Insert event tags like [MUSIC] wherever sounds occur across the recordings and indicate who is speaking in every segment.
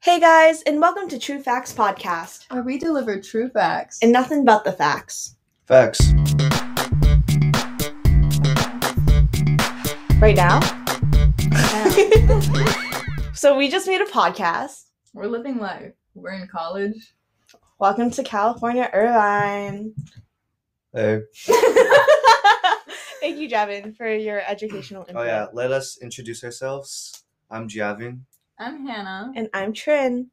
Speaker 1: Hey guys, and welcome to True Facts Podcast,
Speaker 2: where Oh, we deliver true facts.
Speaker 1: and nothing but the facts.
Speaker 3: Facts.
Speaker 1: Right [LAUGHS] now? [LAUGHS] so we just made a podcast.
Speaker 2: We're living life. We're in college.
Speaker 1: Welcome to California [LAUGHS] Irvine.
Speaker 3: Hey.
Speaker 1: Thank you, Javin, for your educational input.
Speaker 3: Oh yeah, let us introduce ourselves. I'm Javin.
Speaker 2: I'm Hannah.
Speaker 1: And I'm Trin.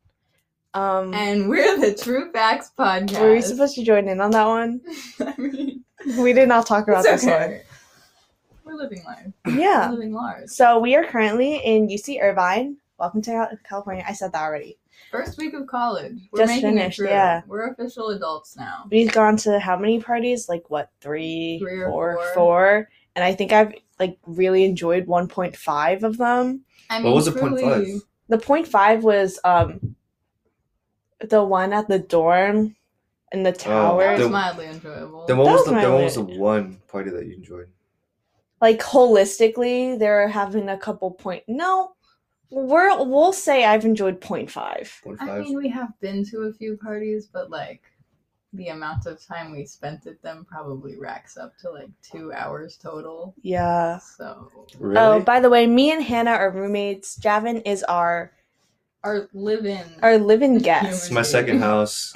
Speaker 1: Um,
Speaker 2: And we're the True Facts Podcast.
Speaker 1: were we supposed to join in on that one?
Speaker 2: [LAUGHS] I mean,
Speaker 1: We did not talk about
Speaker 2: it's
Speaker 1: this
Speaker 2: okay. We're living life.
Speaker 1: one.
Speaker 2: We're
Speaker 1: Yeah.
Speaker 2: living Lars.
Speaker 1: So we are currently in UC Irvine. Welcome to Cal- California. I said that already.
Speaker 2: First week of college. We're
Speaker 1: Just
Speaker 2: making
Speaker 1: finished,
Speaker 2: it through.
Speaker 1: yeah.
Speaker 2: We're official adults now.
Speaker 1: we've gone to how many parties? Like what, three,
Speaker 2: Three or
Speaker 1: four,
Speaker 2: four.
Speaker 1: four? And I think I've like really enjoyed 1.5 of them.
Speaker 2: I mean,
Speaker 3: What was a point
Speaker 2: truly,
Speaker 3: five?
Speaker 1: The 0.5 was um the one at the dorm in the tower,
Speaker 2: That was
Speaker 3: The-
Speaker 2: mildly enjoyable.
Speaker 3: Then
Speaker 1: Oh,
Speaker 3: what
Speaker 1: That
Speaker 3: was,
Speaker 1: was
Speaker 3: the
Speaker 1: my
Speaker 3: then what was the
Speaker 1: lit.
Speaker 3: one party that you enjoyed?
Speaker 1: like holistically, they're having a couple point. No, we're we'll say I've enjoyed 0.5.
Speaker 3: Point
Speaker 2: I
Speaker 3: five.
Speaker 2: mean, we have been to a few parties, but like the amount of time we spent at them probably racks up to like two hours total.
Speaker 1: Yeah.
Speaker 2: So
Speaker 3: really?
Speaker 1: Oh, by the way, me and Hannah are roommates. Javin is our
Speaker 2: our live-in
Speaker 1: our living guest.
Speaker 3: it's my second house.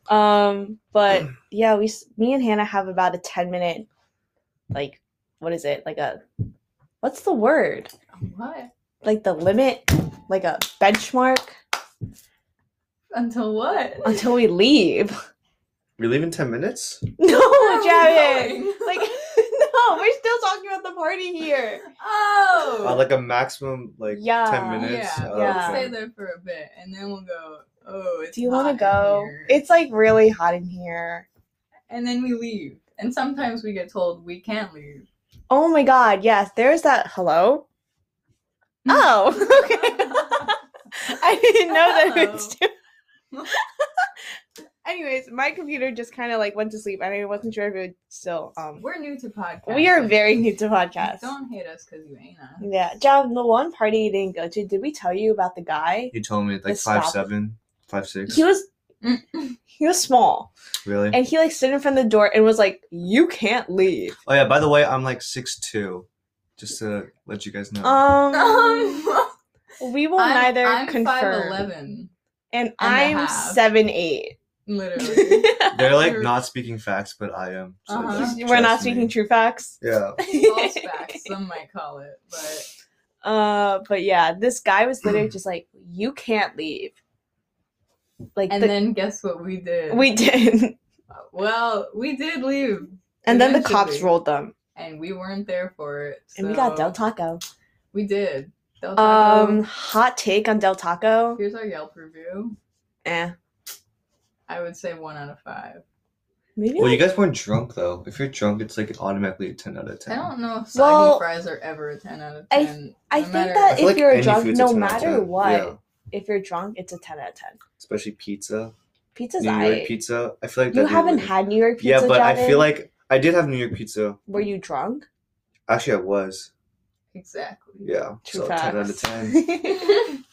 Speaker 1: [LAUGHS] um but yeah we s- me and hannah have about a 10 minute like what is it like a what's the word
Speaker 2: what
Speaker 1: like the limit like a benchmark
Speaker 2: until what
Speaker 1: until we leave [LAUGHS]
Speaker 3: We leave in ten minutes.
Speaker 1: no
Speaker 2: Where are we
Speaker 1: Javin!
Speaker 2: going?
Speaker 1: like [LAUGHS] no we're still talking about the party here
Speaker 2: oh
Speaker 3: Uh, like a maximum like
Speaker 1: Yeah.
Speaker 3: ten minutes.
Speaker 2: Yeah,
Speaker 3: Oh,
Speaker 1: yeah.
Speaker 2: stay
Speaker 3: okay.
Speaker 2: there for a bit and then we'll go oh it's
Speaker 1: do you
Speaker 2: want to
Speaker 1: go it's like really hot in here
Speaker 2: and then we leave and sometimes we get told we can't leave
Speaker 1: oh my god yes there's that [LAUGHS] hello oh [LAUGHS] [LAUGHS] okay [LAUGHS] I didn't know that it was too.
Speaker 2: Oh.
Speaker 1: [LAUGHS] Anyways, my computer just kind of like went to sleep, and I wasn't sure if it would still. Um,
Speaker 2: [LAUGHS] we're new to podcast
Speaker 1: we are very new to podcasts.
Speaker 2: don't hate us because you ain't us [LAUGHS]
Speaker 1: Yeah, John, the one party you didn't go to, did we tell you about the guy?
Speaker 3: You told me like
Speaker 1: Let's
Speaker 3: five
Speaker 1: stop.
Speaker 3: seven, five six.
Speaker 1: He was he was small,
Speaker 3: really?
Speaker 1: and he like stood in front of the door and was like, "You can't leave."
Speaker 3: oh yeah. By the way, I'm like six two. Just to let you guys know.
Speaker 1: Uh, [LAUGHS] Um,
Speaker 2: [LAUGHS] um,
Speaker 1: we will
Speaker 2: I'm,
Speaker 1: neither
Speaker 2: I'm
Speaker 1: confirm,
Speaker 2: 5'11",
Speaker 1: and
Speaker 2: a
Speaker 1: I'm
Speaker 2: half.
Speaker 1: seven
Speaker 2: [LAUGHS]
Speaker 1: eight. [LAUGHS]
Speaker 2: literally.
Speaker 3: They're like
Speaker 2: you're-
Speaker 3: not speaking facts, but I am. so
Speaker 2: Uh-huh.
Speaker 3: just
Speaker 1: We're not
Speaker 3: trust me.
Speaker 1: speaking true facts. [LAUGHS]
Speaker 3: Yeah.
Speaker 2: False facts, some might call it, but
Speaker 1: Uh, but yeah, this guy was
Speaker 3: [CLEARS THROAT]
Speaker 1: literally just like, "You can't leave." Like
Speaker 2: and
Speaker 1: the,
Speaker 2: then guess what we did?
Speaker 1: [LAUGHS] we did,
Speaker 2: well, we did leave,
Speaker 1: and then the cops
Speaker 2: Eventually.
Speaker 1: rolled them,
Speaker 2: and we weren't there for it.
Speaker 1: and we got
Speaker 2: so-
Speaker 1: Del Taco.
Speaker 2: We did. Del Taco.
Speaker 1: Um, hot take on Del Taco.
Speaker 2: here's our Yelp review.
Speaker 1: Eh,
Speaker 2: I would say one out of five.
Speaker 1: maybe.
Speaker 3: Well, you
Speaker 1: like-
Speaker 3: guys weren't drunk though. If you're drunk, it's like automatically a ten out of
Speaker 2: I
Speaker 3: ten.
Speaker 2: don't know if soggy
Speaker 1: Well,
Speaker 2: fries are ever a ten out of
Speaker 1: I-
Speaker 2: ten.
Speaker 1: I
Speaker 2: no
Speaker 1: think
Speaker 2: matter-
Speaker 1: that
Speaker 3: I feel
Speaker 1: if you're
Speaker 3: any
Speaker 1: drunk,
Speaker 3: food's
Speaker 1: no
Speaker 3: 10 out of
Speaker 1: matter
Speaker 3: 10.
Speaker 1: what.
Speaker 3: Yeah,
Speaker 1: if you're drunk, it's a ten out of ten.
Speaker 3: especially pizza,
Speaker 1: Pizza's
Speaker 3: New
Speaker 1: I.
Speaker 3: York pizza. I feel like
Speaker 1: You
Speaker 3: that
Speaker 1: haven't
Speaker 3: really-
Speaker 1: had New York pizza.
Speaker 3: Yeah, but I
Speaker 1: Javin?
Speaker 3: feel like I did have New York pizza.
Speaker 1: Were you drunk?
Speaker 3: Actually, I was.
Speaker 2: exactly.
Speaker 3: Yeah,
Speaker 1: True
Speaker 3: so ten out of
Speaker 1: facts. [LAUGHS]
Speaker 3: ten.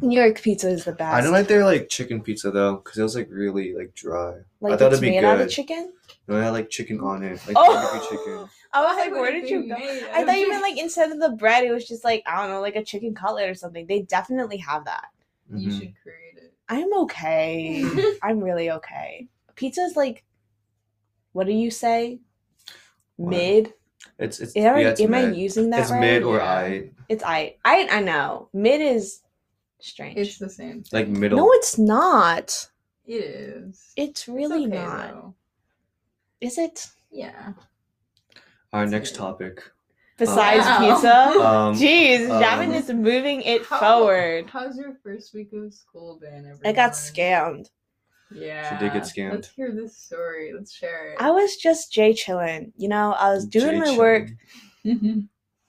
Speaker 1: New York pizza is the best.
Speaker 3: I don't like their like chicken pizza though, because it was like really like dry.
Speaker 1: Like
Speaker 3: I thought
Speaker 1: it's
Speaker 3: it'd be
Speaker 1: made out of
Speaker 3: good.
Speaker 1: chicken.
Speaker 3: No, it had like chicken on it, like
Speaker 1: Oh!
Speaker 3: barbecue chicken.
Speaker 1: I was
Speaker 2: Why
Speaker 1: like,
Speaker 2: would
Speaker 1: where
Speaker 2: it
Speaker 1: did
Speaker 2: be
Speaker 1: you go?
Speaker 2: made out
Speaker 1: I
Speaker 2: of
Speaker 1: thought you meant
Speaker 2: chicken? [LAUGHS]
Speaker 1: like instead of the bread, it was just like I don't know, like a chicken cutlet or something. They definitely have that.
Speaker 2: you
Speaker 3: Mhm.
Speaker 2: should create it.
Speaker 1: I'm
Speaker 2: [LAUGHS]
Speaker 1: okay. I'm really okay. Pizza's like, what do you say?
Speaker 3: What?
Speaker 1: Mid.
Speaker 3: It's it's
Speaker 1: Am I,
Speaker 3: yeah, it's
Speaker 1: am I
Speaker 3: mid.
Speaker 1: using that
Speaker 3: it's
Speaker 1: right?
Speaker 3: mid or
Speaker 2: Yeah.
Speaker 3: I
Speaker 1: It's I. I I know mid is strange.
Speaker 2: It's the same.
Speaker 3: like
Speaker 2: thing.
Speaker 3: middle.
Speaker 1: no, it's not.
Speaker 2: it is.
Speaker 1: It's really
Speaker 2: okay,
Speaker 1: not.
Speaker 2: though.
Speaker 1: Is it?
Speaker 2: Yeah.
Speaker 3: Our
Speaker 2: it's
Speaker 3: next
Speaker 2: mid.
Speaker 3: topic.
Speaker 1: [LAUGHS] Besides
Speaker 2: Wow.
Speaker 1: pizza.
Speaker 3: [LAUGHS] Um,
Speaker 1: Jeez,
Speaker 3: um,
Speaker 1: Javin is moving it
Speaker 2: How-
Speaker 1: forward.
Speaker 2: How's your first week of school been? Everyone?
Speaker 1: I got scammed.
Speaker 2: Yeah.
Speaker 3: She did get scammed.
Speaker 2: Let's hear this story. Let's share it.
Speaker 1: I was just Jay chilling. You know, I was doing
Speaker 3: Jay
Speaker 1: my
Speaker 3: Chou.
Speaker 1: work.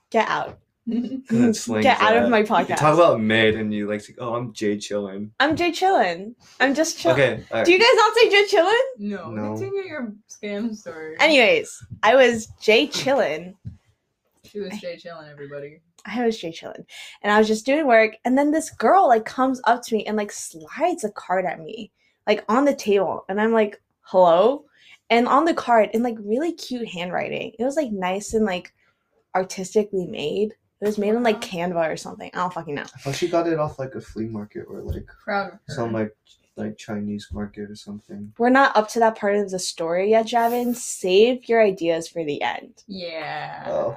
Speaker 1: Get out.
Speaker 2: [LAUGHS]
Speaker 3: Good
Speaker 1: [LAUGHS]
Speaker 3: slang
Speaker 1: Get out of
Speaker 3: that.
Speaker 1: my
Speaker 3: uh, You
Speaker 1: podcast.
Speaker 3: talk about mid, and you like, say, oh, I'm Jay chilling.
Speaker 1: I'm Jay chillin. I'm just chillin.
Speaker 3: Okay, all right.
Speaker 1: Do you guys not say Jay chillin?
Speaker 2: No,
Speaker 3: No.
Speaker 2: continue your scam story.
Speaker 1: Anyways, I was Jay chillin
Speaker 2: She was Jay chilling everybody.
Speaker 1: I was straight chilling. And I was just doing work. And then this girl like comes up to me and like slides a card at me, like on the table. And I'm like, hello? And on the card, in like really cute handwriting. It was like nice and like artistically made. It was made on like Canva or something. I don't fucking know.
Speaker 3: Oh, she got it off like a flea market or like
Speaker 2: Proud of her.
Speaker 3: some like like Chinese market or something.
Speaker 1: We're not up to that part of the story yet, Javin. Save your ideas for the end. [LAUGHS]
Speaker 2: yeah.
Speaker 3: Oh.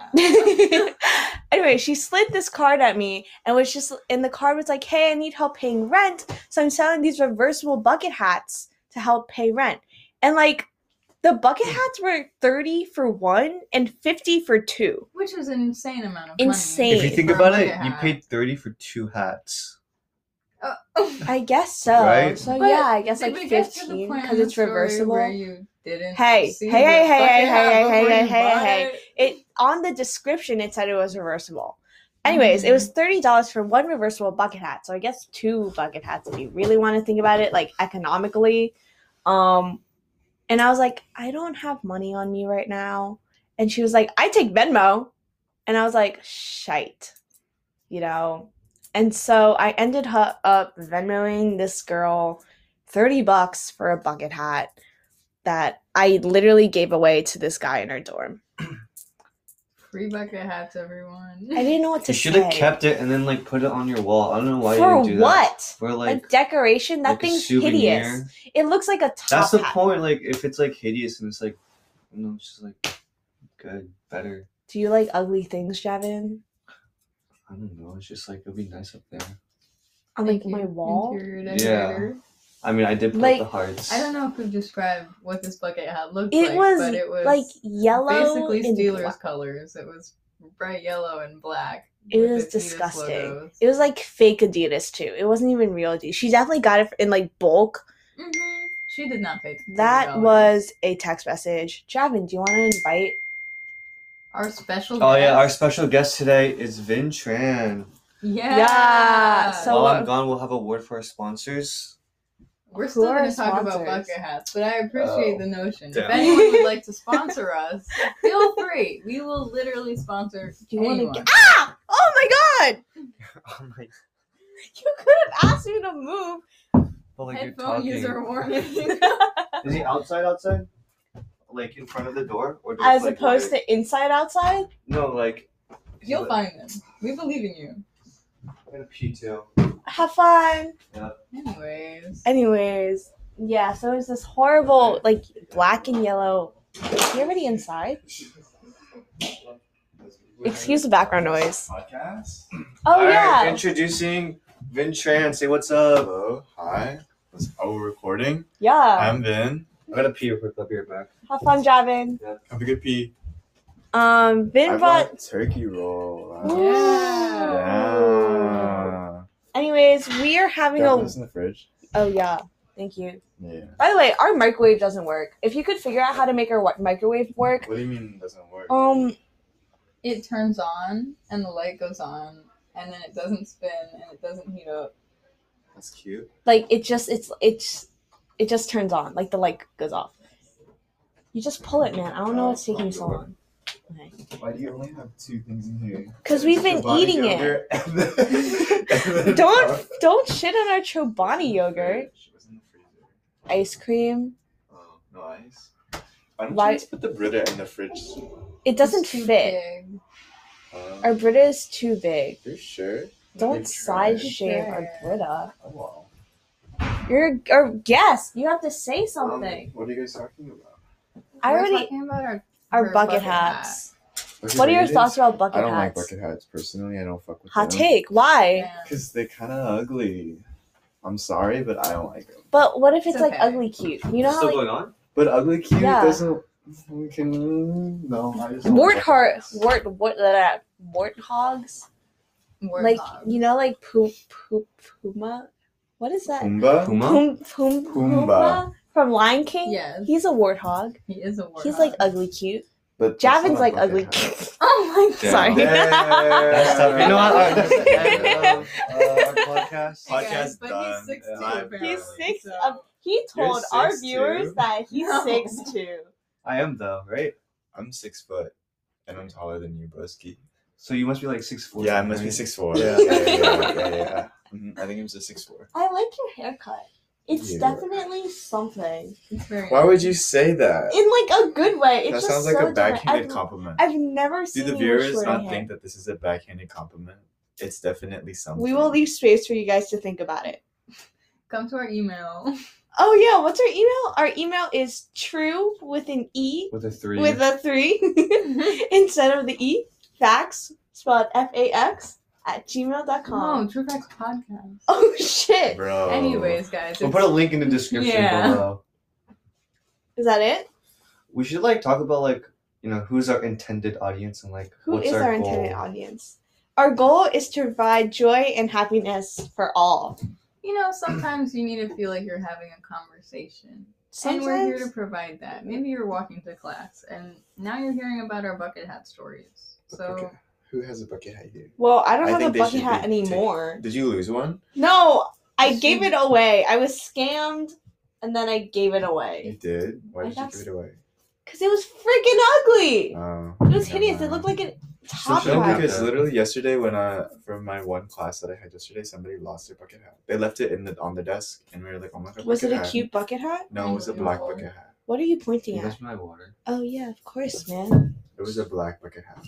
Speaker 1: anyway, she slid this card at me and was just, and the card was like, hey, I need help paying rent. So I'm selling these reversible bucket hats to help pay rent. And like, the bucket hats were 30 for one and 50 for two.
Speaker 2: Which is an insane amount of money.
Speaker 1: Insane.
Speaker 3: If you think
Speaker 2: For a
Speaker 3: about
Speaker 2: bucket
Speaker 3: it, you
Speaker 2: hat. [LAUGHS]
Speaker 3: paid thirty for two hats.
Speaker 2: Uh,
Speaker 1: I guess so.
Speaker 3: Right?
Speaker 1: So
Speaker 2: But
Speaker 1: yeah, I guess
Speaker 2: did
Speaker 1: like
Speaker 2: we get to the
Speaker 1: 15
Speaker 2: point in
Speaker 1: because
Speaker 2: the
Speaker 1: it's
Speaker 2: story Where
Speaker 1: reversible.
Speaker 2: you didn't
Speaker 1: Hey,
Speaker 2: see
Speaker 1: hey,
Speaker 2: the
Speaker 1: hey, hey,
Speaker 2: bucket
Speaker 1: hey,
Speaker 2: hat
Speaker 1: hey, hey,
Speaker 2: before
Speaker 1: hey,
Speaker 2: you
Speaker 1: hey,
Speaker 2: bought
Speaker 1: hey.
Speaker 2: it?
Speaker 1: It on the description it said it was reversible. Anyways, it was thirty dollars for one reversible bucket hat. So I guess two bucket hats if you really want to think about it, like economically. Um, and I was like, I don't have money on me right now. And she was like, I take Venmo. And I was like, shite, you know. And so I ended her up Venmoing this girl thirty bucks for a bucket hat that I literally gave away to this guy in our dorm.
Speaker 2: Free bucket hats, everyone.
Speaker 1: I
Speaker 2: [LAUGHS]
Speaker 1: didn't know what to
Speaker 3: you should
Speaker 1: say.
Speaker 3: have kept it and then like put it on your wall. I don't know why you
Speaker 1: For
Speaker 3: didn't do that.
Speaker 1: what?
Speaker 3: For like
Speaker 1: a decoration? That
Speaker 3: like a
Speaker 1: thing's
Speaker 3: souvenir.
Speaker 1: hideous. It looks like a top
Speaker 3: That's the
Speaker 1: hat.
Speaker 3: point. Like if it's like hideous and it's like, you know, it's just like good, better.
Speaker 1: Do you like ugly things, Javin?
Speaker 3: I don't know. It's just like it'll be nice up there.
Speaker 1: On like my wall?
Speaker 2: Interior
Speaker 3: Yeah.
Speaker 2: decorator.
Speaker 3: I mean, I did put
Speaker 1: Like,
Speaker 3: the hearts.
Speaker 2: I don't know if we've described what this bucket hat looked
Speaker 1: It
Speaker 2: like,
Speaker 1: was,
Speaker 2: but it was
Speaker 1: like yellow.
Speaker 2: basically
Speaker 1: and
Speaker 2: Steelers
Speaker 1: black.
Speaker 2: colors. It was bright yellow and black.
Speaker 1: It
Speaker 2: with
Speaker 1: was
Speaker 2: Adidas
Speaker 1: disgusting.
Speaker 2: logos.
Speaker 1: It was like fake Adidas too. It wasn't even real Adidas. She definitely got it in like bulk.
Speaker 2: Mhm. She did not pay.
Speaker 1: That
Speaker 2: $30.
Speaker 1: was a text message. Javin, do you want to invite?
Speaker 2: our special.
Speaker 3: Oh yeah, our
Speaker 2: guest.
Speaker 3: special guest today is Vin Tran.
Speaker 2: yeah.
Speaker 1: Yeah, so-
Speaker 3: While I'm
Speaker 1: uh,
Speaker 3: gone, we'll have a word for our sponsors. [LAUGHS]
Speaker 2: We're
Speaker 1: Who
Speaker 2: still
Speaker 1: are
Speaker 2: going
Speaker 1: our
Speaker 2: to talk about
Speaker 1: sponsors?
Speaker 2: bucket hats, but I appreciate
Speaker 3: Oh,
Speaker 2: the notion.
Speaker 3: damn.
Speaker 2: If anyone
Speaker 1: [LAUGHS]
Speaker 2: would like to sponsor us, feel free. We will literally sponsor
Speaker 1: Do you wanna
Speaker 2: anyone.
Speaker 1: get- Ah! Oh my god!
Speaker 3: Oh my,
Speaker 1: You could have asked me to move.
Speaker 2: [LAUGHS]
Speaker 3: well, like you're
Speaker 2: Headphone
Speaker 3: talking.
Speaker 2: user warning.
Speaker 3: [LAUGHS]
Speaker 2: [LAUGHS]
Speaker 3: Is he outside? Outside? Like in front of the door, or do
Speaker 1: As
Speaker 3: like,
Speaker 1: opposed
Speaker 3: like-
Speaker 1: to inside outside?
Speaker 3: no, like is he
Speaker 2: You'll
Speaker 3: like-
Speaker 2: find them. We believe in you.
Speaker 3: I'm gonna pee too.
Speaker 1: Have fun.
Speaker 2: Anyways,
Speaker 1: Anyways, yeah, so it was this horrible, like, black and yellow. Do you hear the inside? Excuse the background noise.
Speaker 4: podcast.
Speaker 1: Oh,
Speaker 3: All right,
Speaker 1: yeah.
Speaker 3: introducing Vin Tran. Say what's up.
Speaker 4: Hello, hi. This oh, we're recording.
Speaker 1: yeah.
Speaker 4: I'm Vin.
Speaker 3: I'm gonna pee real quick. I'll be right back.
Speaker 1: Have fun, Javin.
Speaker 4: Have a good pee.
Speaker 1: Um, Vin
Speaker 4: I
Speaker 1: brought.
Speaker 4: brought turkey roll.
Speaker 1: Ooh.
Speaker 4: Wow. Yeah.
Speaker 1: Anyways, we are having
Speaker 4: Got
Speaker 1: a.
Speaker 4: this in the fridge.
Speaker 1: Oh, yeah. Thank you.
Speaker 4: Yeah.
Speaker 1: By the way, our microwave doesn't work. If you could figure out how to make our wi- microwave work,
Speaker 4: What do you mean it doesn't work?
Speaker 1: um,
Speaker 2: it turns on and the light goes on, and then it doesn't spin and it doesn't heat up.
Speaker 4: That's cute.
Speaker 1: like it just it's it's it just turns on, like the light goes off. You just pull it, man. I don't know what's taking so long.
Speaker 4: Why do you only have two things in here?
Speaker 1: Because we've been
Speaker 4: Chobani
Speaker 1: eating it.
Speaker 4: yogurt and then- [LAUGHS] and
Speaker 1: [LAUGHS]
Speaker 2: [LAUGHS]
Speaker 4: then-
Speaker 1: Don't don't shit on our Chobani yogurt.
Speaker 4: It was in the freezer.
Speaker 1: Ice cream.
Speaker 4: Oh, no ice. Why don't
Speaker 1: Why-
Speaker 4: you just put the Brita in the fridge?
Speaker 1: It doesn't
Speaker 2: It's too
Speaker 1: fit.
Speaker 2: big.
Speaker 4: Um,
Speaker 1: Our Brita is too big.
Speaker 4: you sure?
Speaker 1: Don't
Speaker 4: try
Speaker 1: side
Speaker 4: it.
Speaker 1: shame our Brita.
Speaker 4: Oh, wow.
Speaker 1: You're our guest. You have to say
Speaker 4: Um,
Speaker 1: something.
Speaker 4: what are you guys talking about?
Speaker 1: I
Speaker 2: We're
Speaker 1: already
Speaker 2: talking about our,
Speaker 1: our
Speaker 2: her
Speaker 1: bucket
Speaker 2: hat.
Speaker 1: hats.
Speaker 4: Okay,
Speaker 1: What are your
Speaker 4: ratings?
Speaker 1: thoughts about bucket
Speaker 4: I don't like
Speaker 1: hats?
Speaker 4: bucket hats personally. I don't fuck with
Speaker 1: Hot
Speaker 4: them.
Speaker 1: take. Why?
Speaker 2: Yeah.
Speaker 4: Because they're kind of ugly. I'm sorry, but I don't like them.
Speaker 1: But what if it's
Speaker 2: It's
Speaker 1: like
Speaker 2: okay.
Speaker 1: ugly cute? You know
Speaker 3: Still
Speaker 1: how like
Speaker 3: going on?
Speaker 4: But ugly cute
Speaker 1: Yeah.
Speaker 4: doesn't. we Can, no, I just. don't like bucket
Speaker 1: warthog
Speaker 4: hats.
Speaker 1: wart wart uh, warthogs? Like
Speaker 2: Warthog.
Speaker 1: you know like poop poop puma? What is that?
Speaker 4: Pumbaa?
Speaker 3: Puma.
Speaker 1: Pum, pum,
Speaker 4: Pumbaa.
Speaker 1: Puma from Lion King?
Speaker 2: Yes.
Speaker 1: He's a warthog.
Speaker 2: He is a warthog.
Speaker 1: He's like ugly cute.
Speaker 4: But that's
Speaker 1: Javin's
Speaker 4: not a
Speaker 1: like
Speaker 4: bucket
Speaker 1: ugly
Speaker 4: hat.
Speaker 1: cute. [LAUGHS]
Speaker 2: oh my god.
Speaker 3: Damn.
Speaker 1: Sorry.
Speaker 4: Damn.
Speaker 1: [LAUGHS]
Speaker 3: That's tough. Uh, You know [LAUGHS] what? Alright, that's the end of [LAUGHS] uh, our podcast.
Speaker 4: Podcast
Speaker 2: but
Speaker 4: done.
Speaker 2: he's six
Speaker 4: Yeah,
Speaker 2: two
Speaker 4: I-
Speaker 2: apparently.
Speaker 1: He's six
Speaker 2: so-
Speaker 1: of- He told
Speaker 4: You're
Speaker 1: our
Speaker 4: 6'2"?
Speaker 1: viewers that he's
Speaker 2: No.
Speaker 1: six two.
Speaker 3: I am though, right?
Speaker 4: I'm six foot. and I'm taller than you, broski.
Speaker 3: So you must be like six four.
Speaker 4: Yeah, I must be six four.
Speaker 3: Yeah.
Speaker 4: yeah, yeah, yeah, yeah. Mhm, I think I'm just six four.
Speaker 1: I like your haircut. It's
Speaker 4: Yeah.
Speaker 1: definitely something.
Speaker 2: It's very.
Speaker 4: Why would you say that?
Speaker 1: In like a good way. It's
Speaker 4: That
Speaker 1: just
Speaker 4: sounds like
Speaker 1: so different.
Speaker 4: a backhanded
Speaker 1: I've,
Speaker 4: compliment.
Speaker 1: I've never
Speaker 4: Do
Speaker 1: seen
Speaker 4: the
Speaker 1: you with
Speaker 4: viewers
Speaker 1: shorter
Speaker 4: not
Speaker 1: hair.
Speaker 4: think that this is a backhanded compliment? It's definitely something.
Speaker 1: We will leave space for you guys to think about it.
Speaker 2: come to
Speaker 1: [LAUGHS]
Speaker 2: our email?
Speaker 1: Oh yeah, what's our email? Our email is true with an e
Speaker 4: with a three.
Speaker 1: with a three
Speaker 2: [LAUGHS]
Speaker 1: [LAUGHS] instead of the e. Facts spelled F A X at gmail.com.
Speaker 2: Oh, True Facts Podcast.
Speaker 1: Oh shit!
Speaker 4: bro.
Speaker 2: Anyways, guys.
Speaker 3: We'll
Speaker 2: it's-
Speaker 3: put a link in the description
Speaker 2: Yeah.
Speaker 3: below.
Speaker 1: Is that it?
Speaker 3: We should like talk about like you know who's our intended audience and like
Speaker 1: Who
Speaker 3: what's
Speaker 1: is our,
Speaker 3: goal.
Speaker 1: intended audience? Our goal is to provide joy and happiness for all.
Speaker 2: you know, sometimes you need to feel like you're having a conversation.
Speaker 1: Sometimes,
Speaker 2: And we're here to provide that. Maybe you're walking to class and now you're hearing about our bucket hat stories. So
Speaker 4: Okay. Who has a bucket hat here?
Speaker 1: well, I don't
Speaker 4: I
Speaker 1: have a
Speaker 4: think they
Speaker 1: bucket
Speaker 4: should
Speaker 1: hat
Speaker 4: be taken.
Speaker 1: anymore.
Speaker 4: Did you lose one?
Speaker 1: No, I
Speaker 2: Should-
Speaker 1: gave it away. I was scammed, and then I gave it
Speaker 4: You
Speaker 1: away
Speaker 4: did. Why
Speaker 1: I
Speaker 4: did you
Speaker 1: got
Speaker 4: give it away?
Speaker 1: because it was freaking ugly.
Speaker 4: Oh,
Speaker 1: It was hideous. It looked like a top
Speaker 3: show
Speaker 4: No,
Speaker 1: hat.
Speaker 4: because literally yesterday when I from my one class that I had yesterday, somebody lost their bucket hat. They left it in the on the desk, and we were like, "Oh my god!"
Speaker 1: Was it
Speaker 4: bucket
Speaker 1: a
Speaker 4: hat.
Speaker 1: cute bucket hat?
Speaker 4: No, it was a black bucket hat.
Speaker 1: What are you pointing
Speaker 3: Yeah.
Speaker 1: at?
Speaker 3: That's my water.
Speaker 1: Oh yeah, of course, man.
Speaker 4: It was a black bucket hat.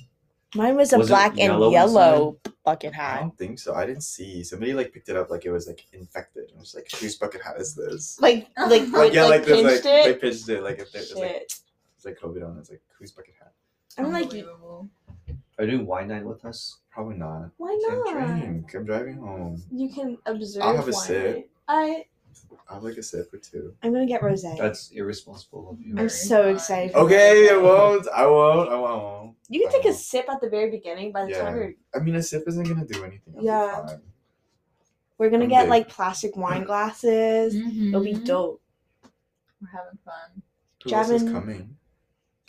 Speaker 1: Mine was a
Speaker 3: Was it
Speaker 1: black and
Speaker 3: yellow
Speaker 1: yellow,
Speaker 3: or
Speaker 1: bucket
Speaker 4: I
Speaker 1: hat.
Speaker 4: don't think so. I didn't see. Somebody like picked it up like it was like infected. I was like, "Whose bucket hat is this?"
Speaker 1: Like,
Speaker 4: [LAUGHS]
Speaker 1: like,
Speaker 2: Like,
Speaker 1: yeah, like,
Speaker 4: this,
Speaker 1: pinched
Speaker 4: Oh. like,
Speaker 1: it.
Speaker 4: They pinched it like if they, it's like
Speaker 1: Shit.
Speaker 4: it's like COVID on. it, It's like whose bucket hat?
Speaker 1: I'm like,
Speaker 2: Unbelievable.
Speaker 3: Are you doing wine night with us?
Speaker 4: Probably not.
Speaker 1: why
Speaker 4: Can't
Speaker 1: not?
Speaker 4: drink. I'm driving home.
Speaker 1: You can observe.
Speaker 4: I'll have a
Speaker 1: wine.
Speaker 4: sip.
Speaker 1: I
Speaker 4: I have like a sip or two.
Speaker 1: I'm gonna get rosé.
Speaker 3: That's irresponsible of you.
Speaker 1: I'm
Speaker 2: Very
Speaker 1: so
Speaker 2: fine.
Speaker 1: excited. for
Speaker 4: Okay, I
Speaker 1: rosé.
Speaker 4: won't. I won't. I won't.
Speaker 1: You can take
Speaker 4: Oh.
Speaker 1: a sip at the very beginning. By the
Speaker 4: Yeah.
Speaker 1: time we're,
Speaker 4: I mean, a sip isn't gonna do anything. I'll be
Speaker 1: Yeah.
Speaker 4: fine.
Speaker 1: we're gonna
Speaker 4: I'm Mm-hmm.
Speaker 1: get
Speaker 4: big.
Speaker 1: like plastic wine glasses. It'll be
Speaker 2: Mhm.
Speaker 1: dope.
Speaker 2: We're having fun.
Speaker 4: Who else is
Speaker 1: Javin- [GASPS]
Speaker 4: coming?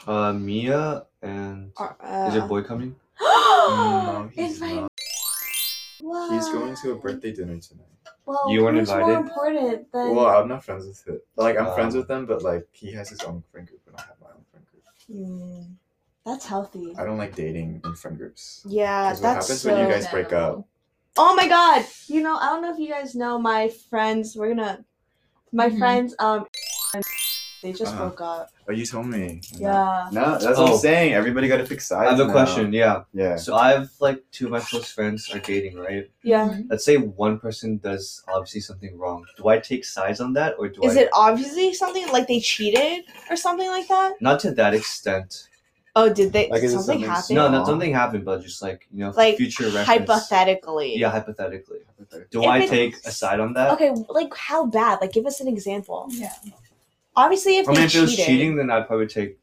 Speaker 3: Uh, Mia and
Speaker 1: Or, [GASPS]
Speaker 3: is your
Speaker 1: uh,
Speaker 3: boy coming?
Speaker 4: No,
Speaker 1: It's
Speaker 4: he's
Speaker 1: my-
Speaker 4: not. He's going to a birthday dinner tonight.
Speaker 1: Well,
Speaker 3: You weren't
Speaker 1: who's more
Speaker 3: invited?
Speaker 1: important than?
Speaker 4: Well, I'm not friends with it. Like, I'm friends
Speaker 3: Um,
Speaker 4: with them, but like, he has his own friend group, and I have my own friend group.
Speaker 1: Mm, that's healthy.
Speaker 4: I don't like dating in friend groups.
Speaker 1: Yeah,
Speaker 4: 'Cause
Speaker 1: that's
Speaker 4: what happens
Speaker 1: so.
Speaker 4: when you guys break
Speaker 2: Understandable.
Speaker 4: up?
Speaker 1: oh my god! You know, I don't know if you guys know my friends. We're gonna, my
Speaker 2: Mhm.
Speaker 1: friends. Um, they just
Speaker 4: Uh-huh.
Speaker 1: broke up.
Speaker 4: Oh, you told me.
Speaker 1: Yeah.
Speaker 4: No, that's what
Speaker 3: Oh.
Speaker 4: I'm saying. Everybody got to pick
Speaker 3: I
Speaker 4: sides.
Speaker 3: have a
Speaker 4: now.
Speaker 3: question. Yeah.
Speaker 4: Yeah.
Speaker 3: So I have like two of my close friends are dating, right?
Speaker 1: Yeah.
Speaker 2: Mhm.
Speaker 3: Let's say one person does obviously something wrong. Do I take sides on that, or do
Speaker 1: Is
Speaker 3: I?
Speaker 1: it obviously something like they cheated or something like that?
Speaker 3: Not to that extent.
Speaker 1: Oh, did they?
Speaker 4: Like, is it
Speaker 1: something
Speaker 4: something
Speaker 1: happened?
Speaker 3: No, not
Speaker 4: Aw.
Speaker 3: something happened, but just like you know, for
Speaker 1: Like
Speaker 3: future reference.
Speaker 1: hypothetically.
Speaker 3: Yeah, hypothetically. Do
Speaker 1: If
Speaker 3: I
Speaker 1: it-
Speaker 3: take a side on that?
Speaker 1: Okay, like how bad? Like, give us an example.
Speaker 2: Yeah.
Speaker 1: Obviously, if
Speaker 3: I
Speaker 1: they
Speaker 3: mean, Oh, if it was
Speaker 1: cheated-
Speaker 3: cheating, then I'd probably take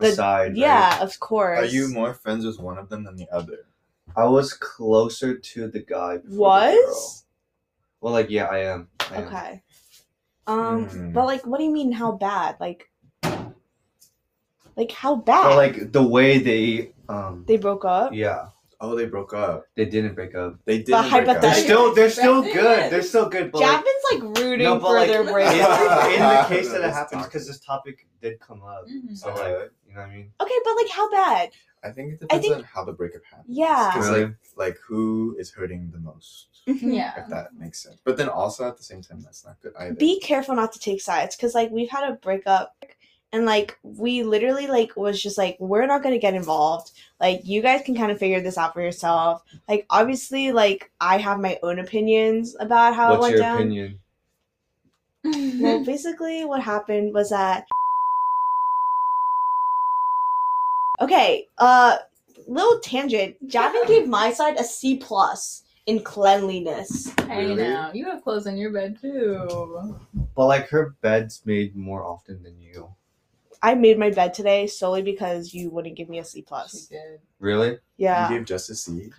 Speaker 3: a
Speaker 1: The-
Speaker 3: side. right?
Speaker 1: yeah, of course.
Speaker 4: Are you more friends with one of them than the other?
Speaker 3: I was closer to the guy. Before The girl.
Speaker 1: was?
Speaker 3: Well, like yeah, I am. I am.
Speaker 1: Okay. Um,
Speaker 4: Hmm.
Speaker 1: but like, what do you mean? How bad? Like, like how bad?
Speaker 3: But like the way they, um,
Speaker 1: they broke up.
Speaker 3: yeah,
Speaker 4: Oh, they broke up.
Speaker 3: they didn't break up.
Speaker 4: They did. not break up.
Speaker 3: They're
Speaker 1: hypothetically-
Speaker 3: still, they're still
Speaker 2: That's
Speaker 3: good.
Speaker 2: it.
Speaker 3: They're still good. But like,
Speaker 1: Javin's like rooting
Speaker 3: no, but
Speaker 1: for
Speaker 3: like
Speaker 1: their
Speaker 3: in,
Speaker 1: break.
Speaker 4: breakup.
Speaker 3: in the
Speaker 4: [LAUGHS]
Speaker 3: case that it
Speaker 4: That's
Speaker 3: happens,
Speaker 4: toxic.
Speaker 3: because this topic did come up.
Speaker 1: Mm.
Speaker 2: Mhm.
Speaker 3: So like, you know what I mean?
Speaker 1: [LAUGHS] okay, but like how bad?
Speaker 4: I think it
Speaker 1: I
Speaker 4: depends
Speaker 1: think-
Speaker 4: on how the breakup happened.
Speaker 1: Yeah.
Speaker 4: 'Cause,
Speaker 3: Really?
Speaker 4: like, like who is hurting the most? If
Speaker 2: Yeah. Mm-hmm.
Speaker 4: that makes sense. But then also at the same time, that's not good either.
Speaker 1: Be careful not to take sides, cause like we've had a breakup, and like we literally like was just like we're not gonna get involved. Like you guys can kind of figure this out for yourself. Like obviously, like I have my own opinions about how it
Speaker 3: What's
Speaker 1: went
Speaker 3: your
Speaker 1: down.
Speaker 3: opinion?
Speaker 2: Mm-hmm.
Speaker 1: Well, basically, what happened was that. Okay, uh, little tangent. Javin gave my side a C plus in cleanliness.
Speaker 2: [LAUGHS] Hey
Speaker 4: Really?
Speaker 2: now, you have clothes on your bed too.
Speaker 3: But like her bed's made more often than you.
Speaker 1: I made my bed today solely because you wouldn't give me a C
Speaker 2: She
Speaker 1: plus.
Speaker 2: did.
Speaker 3: Really?
Speaker 4: You
Speaker 1: Yeah,
Speaker 4: gave Justice C.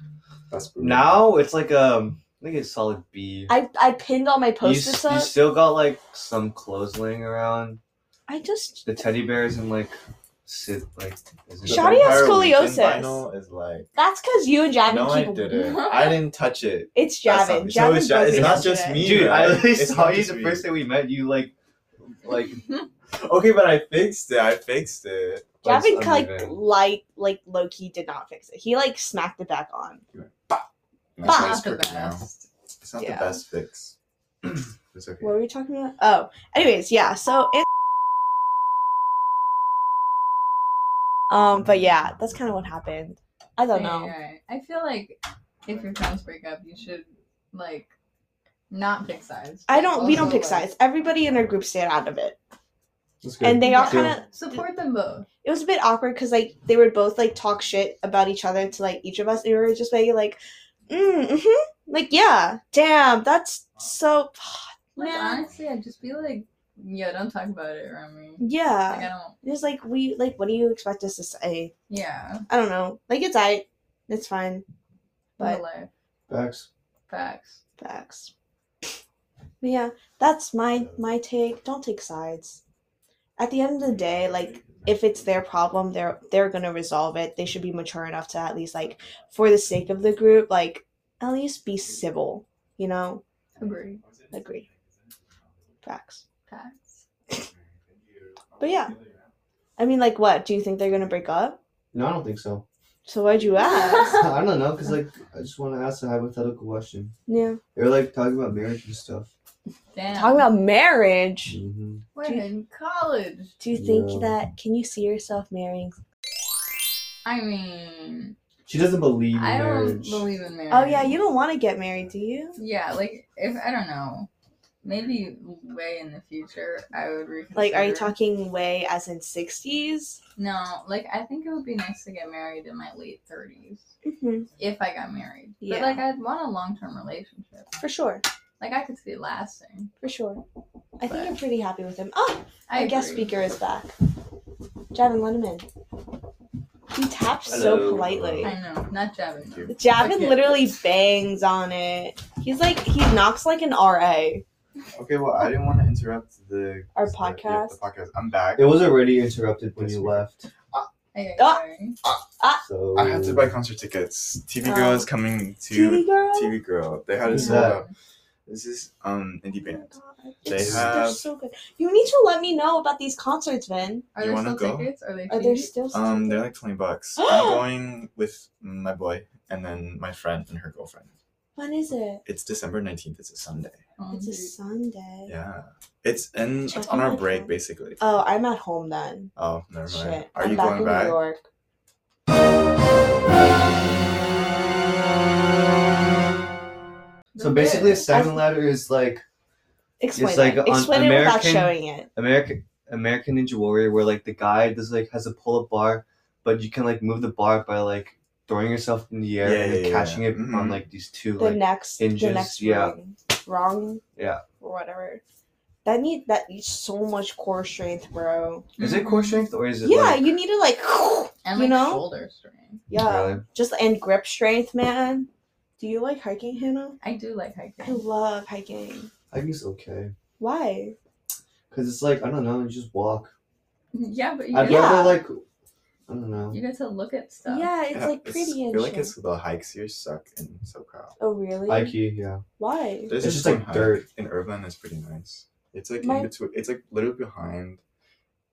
Speaker 4: That's brutal.
Speaker 3: Now it's like um, I think it's solid B.
Speaker 1: I I pinned all my
Speaker 3: you,
Speaker 1: post
Speaker 3: s-
Speaker 1: its
Speaker 3: you
Speaker 1: up.
Speaker 3: still got like some clothes laying around.
Speaker 1: I just
Speaker 3: The teddy bears and like sit like. isn't
Speaker 4: The
Speaker 3: it-
Speaker 1: Shoddy has
Speaker 4: vampire weekend
Speaker 1: scoliosis.
Speaker 4: vinyl Is like,
Speaker 1: that's because you and Javin
Speaker 4: no, I
Speaker 1: keep. [LAUGHS]
Speaker 4: didn't. I didn't touch it.
Speaker 1: It's
Speaker 4: That's not
Speaker 1: Javin.
Speaker 4: me. So
Speaker 1: Javin
Speaker 4: it's Ja-
Speaker 1: broke
Speaker 4: it's
Speaker 1: it
Speaker 4: not
Speaker 1: up
Speaker 4: just
Speaker 1: today.
Speaker 4: me.
Speaker 3: Dude, I literally
Speaker 4: It's
Speaker 3: saw
Speaker 4: not
Speaker 3: you
Speaker 4: just
Speaker 3: the
Speaker 4: me.
Speaker 3: first day we met. You like, like,
Speaker 4: Okay, but I fixed it. I fixed it.
Speaker 3: But it's
Speaker 1: Gavin like
Speaker 3: unrelated.
Speaker 1: light like low key did not fix it. He like smacked it back on.
Speaker 4: That's
Speaker 1: Bah.
Speaker 4: why it's
Speaker 2: Not the
Speaker 4: crooked now.
Speaker 2: best.
Speaker 4: It's not
Speaker 1: Yeah.
Speaker 4: the best fix. [CLEARS THROAT] it's okay.
Speaker 1: What were we talking about? Oh, anyways, yeah. So it. Um, but yeah, that's kind of what happened. I don't
Speaker 2: Right,
Speaker 1: know.
Speaker 2: right. I feel like if your friends break up, you should like not pick sides.
Speaker 1: I
Speaker 2: but
Speaker 1: don't. We don't
Speaker 2: also,
Speaker 1: pick
Speaker 2: like,
Speaker 1: sides. Everybody in our group stayed out of it,
Speaker 3: That's good.
Speaker 1: and they all
Speaker 2: Yeah.
Speaker 1: kind of.
Speaker 2: Support them both.
Speaker 1: It was a bit awkward because like they would both like talk shit about each other to like each of us. They were just like like, mm, mm-hmm. like yeah, damn, that's so.
Speaker 2: Like
Speaker 1: Man.
Speaker 2: honestly, I'd just be like, yeah, don't talk about it, Remy. Like I
Speaker 1: Yeah,
Speaker 2: don't.
Speaker 1: it's like we like. What do you expect us to say?
Speaker 2: Yeah.
Speaker 1: I don't know. Like it's I. It's fine. But
Speaker 2: But life
Speaker 3: Facts.
Speaker 2: facts.
Speaker 1: Facts. But yeah, that's my my take. Don't take sides. At the end of the day, like if it's their problem, they're they're gonna resolve it. They should be mature enough to at least like for the sake of the group, like at least be civil, you know?
Speaker 2: Agree.
Speaker 1: Agree. Facts.
Speaker 2: Facts.
Speaker 1: But yeah. I mean like what? Do you think they're gonna break up?
Speaker 3: No, I don't
Speaker 2: [LAUGHS]
Speaker 3: think so. [LAUGHS]
Speaker 1: So why'd you ask? [LAUGHS]
Speaker 3: I don't know, cause like I just want to ask a hypothetical question.
Speaker 1: yeah.
Speaker 3: They were like talking about marriage and stuff.
Speaker 2: Damn.
Speaker 1: Talking about marriage.
Speaker 3: Mm-hmm.
Speaker 2: We're in college.
Speaker 1: Do you think
Speaker 3: Yeah.
Speaker 1: that can you see yourself marrying?
Speaker 2: I mean,
Speaker 3: She doesn't believe in
Speaker 2: I don't
Speaker 3: marriage.
Speaker 2: believe in marriage.
Speaker 1: Oh yeah, you don't wanna get married, do you?
Speaker 2: Yeah, like if I don't know, maybe way in the future I would reconsider.
Speaker 1: Like, are you talking way as in 60s?
Speaker 2: No, like I think it would be nice to get married in my late thirties
Speaker 1: Mm-hmm.
Speaker 2: if I got married.
Speaker 1: Yeah.
Speaker 2: But like I'd want a long term relationship.
Speaker 1: For sure.
Speaker 2: Like I could see it lasting.
Speaker 1: For sure. I think
Speaker 2: But-
Speaker 1: I'm pretty happy with him. Oh,
Speaker 2: I,
Speaker 1: our guest
Speaker 2: agree.
Speaker 1: speaker is back. Javin, let him in. He taps so
Speaker 3: Hello.
Speaker 1: politely.
Speaker 2: I know, not Javin.
Speaker 4: Thank you.
Speaker 1: Javin
Speaker 2: Okay.
Speaker 1: literally bangs on it. He's like, he knocks like an RA.
Speaker 4: Okay, well, I didn't want to interrupt the
Speaker 1: Our
Speaker 4: the-
Speaker 1: podcast?
Speaker 4: Yeah, the podcast. I'm back.
Speaker 3: It was already interrupted when you left.
Speaker 2: Okay,
Speaker 1: Ah.
Speaker 2: sorry.
Speaker 3: So
Speaker 4: I had to buy concert tickets. TV
Speaker 1: Oh.
Speaker 4: Girl is coming to
Speaker 1: TV girl?
Speaker 4: TV Girl. They
Speaker 1: Yeah.
Speaker 4: had a
Speaker 3: Who's
Speaker 4: sold
Speaker 3: that?
Speaker 4: out. This is um indie
Speaker 1: Oh my
Speaker 4: band.
Speaker 1: God.
Speaker 4: They
Speaker 1: It's- They're
Speaker 4: have-
Speaker 1: so good. You need to let me know about these concerts, Vin.
Speaker 2: Are
Speaker 4: You
Speaker 2: there
Speaker 4: wanna
Speaker 2: still
Speaker 4: go?
Speaker 2: tickets? Are they
Speaker 1: Are there
Speaker 2: cheap?
Speaker 1: still
Speaker 4: Um, they're like twenty
Speaker 1: [GASPS]
Speaker 4: bucks. I'm going with my boy and then my friend and her girlfriend.
Speaker 1: When is it?
Speaker 4: It's December nineteenth. It's a Sunday.
Speaker 2: Oh,
Speaker 1: It's a
Speaker 2: dude.
Speaker 1: Sunday.
Speaker 4: Yeah, it's in
Speaker 1: Check
Speaker 4: it's on
Speaker 1: out
Speaker 4: our
Speaker 1: my
Speaker 4: break
Speaker 1: phone.
Speaker 4: basically.
Speaker 1: Oh, I'm at home then.
Speaker 4: Oh, never mind.
Speaker 1: Shit.
Speaker 4: Are
Speaker 1: I'm
Speaker 4: you
Speaker 1: back
Speaker 4: going
Speaker 1: in New
Speaker 4: back?
Speaker 1: York.
Speaker 3: So basically, a
Speaker 2: That's-
Speaker 3: seven ladder is like
Speaker 1: Explain
Speaker 3: It's like
Speaker 1: it.
Speaker 3: on
Speaker 1: Explain it without
Speaker 3: American-
Speaker 1: showing it.
Speaker 3: American American Ninja Warrior, where like the guy does like has a pull up bar, but you can like move the bar by like throwing yourself in the air
Speaker 4: Yeah,
Speaker 3: and
Speaker 4: yeah,
Speaker 3: like,
Speaker 4: yeah,
Speaker 3: catching
Speaker 4: yeah.
Speaker 3: it on
Speaker 4: Mhm.
Speaker 3: like these two
Speaker 1: The
Speaker 3: like
Speaker 1: next, the
Speaker 3: hinges,
Speaker 1: next
Speaker 3: yeah.
Speaker 1: ring, wrong,
Speaker 3: Yeah.
Speaker 1: or whatever. That need that needs so much core strength, bro.
Speaker 3: Is it core strength or is it
Speaker 1: Yeah,
Speaker 3: like
Speaker 1: you need to like,
Speaker 2: And
Speaker 1: you
Speaker 2: like
Speaker 1: know?
Speaker 2: shoulder strength.
Speaker 1: yeah,
Speaker 3: Really?
Speaker 1: just and grip strength, man. Do you like hiking, Hannah?
Speaker 2: I do like hiking.
Speaker 1: I love hiking.
Speaker 3: I think it's okay
Speaker 1: Why?
Speaker 3: because it's like I don't know, you just walk.
Speaker 2: [LAUGHS] Yeah, but you
Speaker 3: I'd
Speaker 2: get,
Speaker 1: Yeah.
Speaker 3: rather like I don't know.
Speaker 2: you get to look at stuff.
Speaker 1: Yeah, it's
Speaker 4: Yeah,
Speaker 1: like pretty
Speaker 4: I
Speaker 1: and
Speaker 4: feel like
Speaker 1: shit.
Speaker 4: it's the hikes here suck in SoCal.
Speaker 1: Oh really?
Speaker 3: Ikea, yeah.
Speaker 1: Why?
Speaker 4: There's
Speaker 3: It's
Speaker 4: just
Speaker 3: just,
Speaker 4: like
Speaker 3: like,
Speaker 4: dirt in Irvine that's pretty nice. It's like
Speaker 1: My-
Speaker 4: in between. It's like literally behind